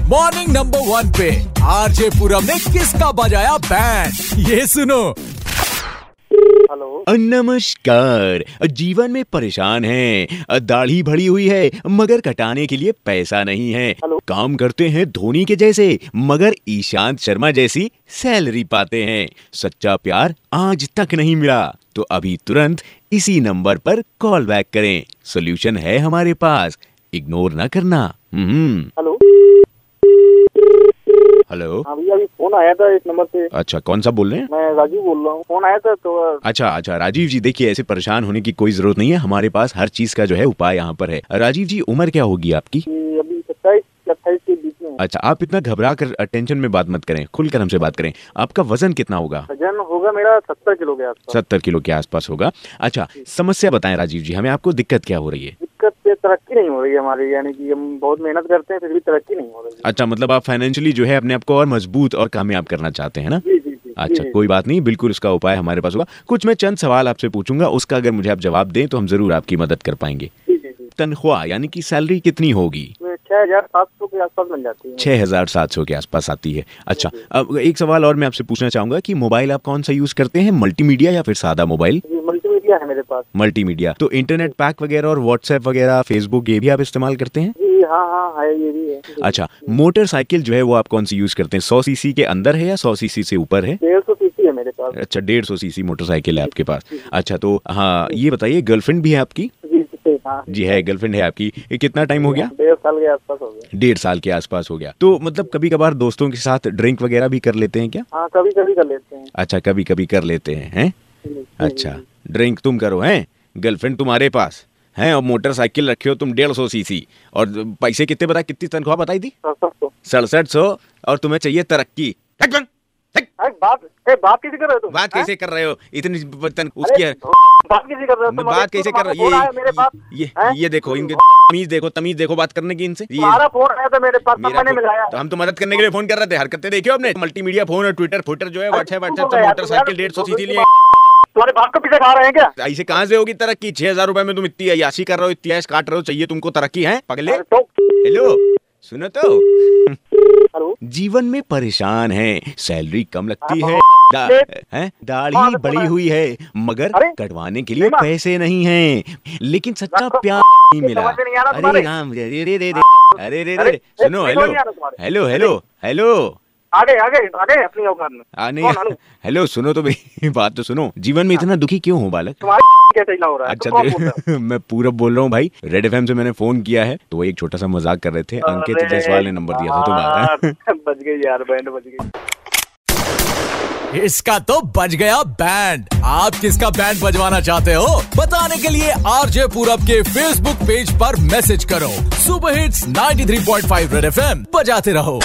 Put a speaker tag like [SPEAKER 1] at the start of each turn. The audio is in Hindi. [SPEAKER 1] नंबर वन पे आरजे पूरम ने किसका बजाया बैंड ये सुनो
[SPEAKER 2] हेलो
[SPEAKER 3] नमस्कार जीवन में परेशान हैं दाढ़ी भरी हुई है मगर कटाने के लिए पैसा नहीं है
[SPEAKER 2] हेलो।
[SPEAKER 3] काम करते हैं धोनी के जैसे मगर ईशांत शर्मा जैसी सैलरी पाते हैं सच्चा प्यार आज तक नहीं मिला तो अभी तुरंत इसी नंबर पर कॉल बैक करें सोल्यूशन है हमारे पास इग्नोर ना करना हम्म
[SPEAKER 2] हेलो
[SPEAKER 3] हेलो
[SPEAKER 2] हाँ भैया अभी फोन आया था इस नंबर से
[SPEAKER 3] अच्छा कौन सा बोल रहे हैं
[SPEAKER 2] मैं राजू बोल रहा हूँ फोन आया था तो
[SPEAKER 3] अच्छा अच्छा राजीव जी देखिए ऐसे परेशान होने की कोई जरूरत नहीं है हमारे पास हर चीज का जो है उपाय यहाँ पर है राजीव जी उम्र क्या होगी आपकी
[SPEAKER 2] ये अभी सत्ताईस अट्ठाईस के बीच में है।
[SPEAKER 3] अच्छा आप इतना घबरा कर टेंशन में बात मत करें खुलकर हमसे बात करें आपका वजन कितना होगा
[SPEAKER 2] वजन होगा मेरा सत्तर किलो के आसपास
[SPEAKER 3] सत्तर किलो के आसपास होगा अच्छा समस्या बताएं राजीव जी हमें आपको दिक्कत क्या हो रही है
[SPEAKER 2] दिक्कत से तरक्की नहीं हो रही है हमारी यानी कि हम बहुत मेहनत करते हैं फिर भी तरक्की नहीं हो रही है।
[SPEAKER 3] अच्छा मतलब आप फाइनेंशियली जो है अपने आप को और मजबूत और कामयाब करना चाहते हैं ना
[SPEAKER 2] जी जी जी
[SPEAKER 3] अच्छा
[SPEAKER 2] जी, जी।
[SPEAKER 3] कोई बात नहीं बिल्कुल उसका उपाय हमारे पास होगा कुछ मैं चंद सवाल आपसे पूछूंगा उसका अगर मुझे आप जवाब दें तो हम जरूर आपकी मदद कर पाएंगे
[SPEAKER 2] जी जी जी
[SPEAKER 3] तनख्वाह यानी कि सैलरी कितनी होगी
[SPEAKER 2] छः हजार सात सौ के आसपास बन जाती है
[SPEAKER 3] छः हज़ार सात सौ के आसपास आती है अच्छा अब एक सवाल और मैं आपसे पूछना चाहूंगा कि मोबाइल आप कौन सा यूज़ करते हैं मल्टीमीडिया या फिर सादा मोबाइल
[SPEAKER 2] जी मल्टीमीडिया है मेरे पास
[SPEAKER 3] मल्टीमीडिया तो इंटरनेट पैक वगैरह और व्हाट्सएप वगैरह फेसबुक ये भी आप इस्तेमाल करते हैं
[SPEAKER 2] जी हाँ हाँ है ये भी है
[SPEAKER 3] अच्छा मोटरसाइकिल जो है वो आप कौन सी यूज़ करते हैं सौ सीसी के अंदर है या सौ सीसी से ऊपर है
[SPEAKER 2] डेढ़ सौ सीसी है मेरे पास
[SPEAKER 3] अच्छा डेढ़ सौ सीसी मोटरसाइकिल है आपके पास अच्छा तो हाँ ये बताइए गर्लफ्रेंड भी है आपकी
[SPEAKER 2] जी जी हाँ
[SPEAKER 3] जी है गर्लफ्रेंड है आपकी ये कितना टाइम अच्छा। हो गया
[SPEAKER 2] डेढ़ साल के आसपास हो गया
[SPEAKER 3] डेढ़ साल के आसपास हो गया तो मतलब कभी कभार दोस्तों के साथ ड्रिंक वगैरह भी कर लेते हैं क्या
[SPEAKER 2] हाँ कभी कभी कर लेते हैं
[SPEAKER 3] अच्छा कभी कभी कर लेते हैं हैं
[SPEAKER 2] जी, जी, जी।
[SPEAKER 3] अच्छा ड्रिंक तुम करो हैं गर्लफ्रेंड तुम्हारे पास हैं और मोटरसाइकिल रखे हो तुम डेढ़ सौ सीसी और पैसे कितने बताए कितनी तनख्वाह बताई थी
[SPEAKER 2] सौ- सौ- सौ।
[SPEAKER 3] सड़सठ सौ और तुम्हें चाहिए तरक्की हट बंग, हट,
[SPEAKER 2] अरे बात ए, बात कैसे कर रहे हो तुम
[SPEAKER 3] बात
[SPEAKER 2] हाँ?
[SPEAKER 3] कैसे कर रहे हो इतनी ब- तन,
[SPEAKER 2] अरे,
[SPEAKER 3] उसकी है।
[SPEAKER 2] बात कैसे कर रहे हो तुम? अरे,
[SPEAKER 3] बात कैसे कर
[SPEAKER 2] तुम्हारा
[SPEAKER 3] रहे
[SPEAKER 2] फोन आया मेरे
[SPEAKER 3] हो
[SPEAKER 2] पास
[SPEAKER 3] ये ये
[SPEAKER 2] हैं?
[SPEAKER 3] ये देखो इनके तमीज देखो तमीज देखो बात करने की इनसे ये
[SPEAKER 2] तुम्हारा फोन आया था मेरे पास
[SPEAKER 3] मेरा
[SPEAKER 2] मैंने
[SPEAKER 3] फोन-
[SPEAKER 2] मिलाया
[SPEAKER 3] तो हम तो मदद करने के लिए फोन कर रहे थे हरकतें देखियो आपने मल्टीमीडिया फोन और ट्विटर ट्विटर जो है व्हाट्सएप
[SPEAKER 2] तुम
[SPEAKER 3] व्हाट्सएप
[SPEAKER 2] हो यार,
[SPEAKER 3] तो मोटरसाइकिल
[SPEAKER 2] तुम तो
[SPEAKER 3] डेढ़ सौ
[SPEAKER 2] यार,
[SPEAKER 3] सीसी
[SPEAKER 2] तुम
[SPEAKER 3] लिए
[SPEAKER 2] तुम्हारे बाप को पीछे खा रहे हैं क्या
[SPEAKER 3] ऐसे कहाँ से होगी तरक्की छह हजार रुपए में तुम इतनी अयाशी कर रहे हो इतनी ऐश काट रहे हो चाहिए तुमको तरक्की है पगले
[SPEAKER 2] अरे, तो
[SPEAKER 3] हेलो सुनो तो
[SPEAKER 2] हेलो
[SPEAKER 3] जीवन में परेशान हैं सैलरी कम लगती है दा, हैं?
[SPEAKER 2] हाँ,
[SPEAKER 3] दाढ़ी
[SPEAKER 2] बिल्कुल
[SPEAKER 3] बड़ी
[SPEAKER 2] है।
[SPEAKER 3] हुई है मगर
[SPEAKER 2] अरे,
[SPEAKER 3] कटवाने के लिए
[SPEAKER 2] नहीं,
[SPEAKER 3] पैसे नहीं हैं लेकिन सच्चा
[SPEAKER 2] रखो,
[SPEAKER 3] प्यार नहीं
[SPEAKER 2] ये
[SPEAKER 3] मिला
[SPEAKER 2] समझ में नहीं आ रहा
[SPEAKER 3] अरे
[SPEAKER 2] तुम्हारे? हाँ,
[SPEAKER 3] राम
[SPEAKER 2] तो-
[SPEAKER 3] रे रे रे रे रे, अरे रे
[SPEAKER 2] अरे,
[SPEAKER 3] रे सुनो
[SPEAKER 2] ये समझ
[SPEAKER 3] हेलो
[SPEAKER 2] नहीं आ रहा तुम्हारे।
[SPEAKER 3] हेलो हेलो हेलो
[SPEAKER 2] आगे आगे आगे अपनी औकात में
[SPEAKER 3] आ
[SPEAKER 2] कौन, हाँ।
[SPEAKER 3] नहीं
[SPEAKER 2] हेलो?
[SPEAKER 3] हेलो सुनो तो मेरी बात तो सुनो जीवन में इतना दुखी क्यों हो बालक
[SPEAKER 2] तुम्हारे क्या चला हो रहा है
[SPEAKER 3] अच्छा
[SPEAKER 2] तुम कौन बोल रहे हो?
[SPEAKER 3] तो मैं पूरब बोल रहा हूँ भाई रेड एफ से मैंने फोन किया है तो वो एक छोटा सा मजाक कर रहे थे अंकित
[SPEAKER 2] अरे
[SPEAKER 3] जायसवाल ने नंबर दिया था तो तुम्हारा
[SPEAKER 2] यार, बच गई यार बैंड बच गई
[SPEAKER 1] इसका तो बज गया बैंड आप किसका बैंड बजवाना चाहते हो बताने के लिए आरजे पूरब के फेसबुक पेज पर मैसेज करो सुपर हिट्स 93.5 रेड एफएम बजाते रहो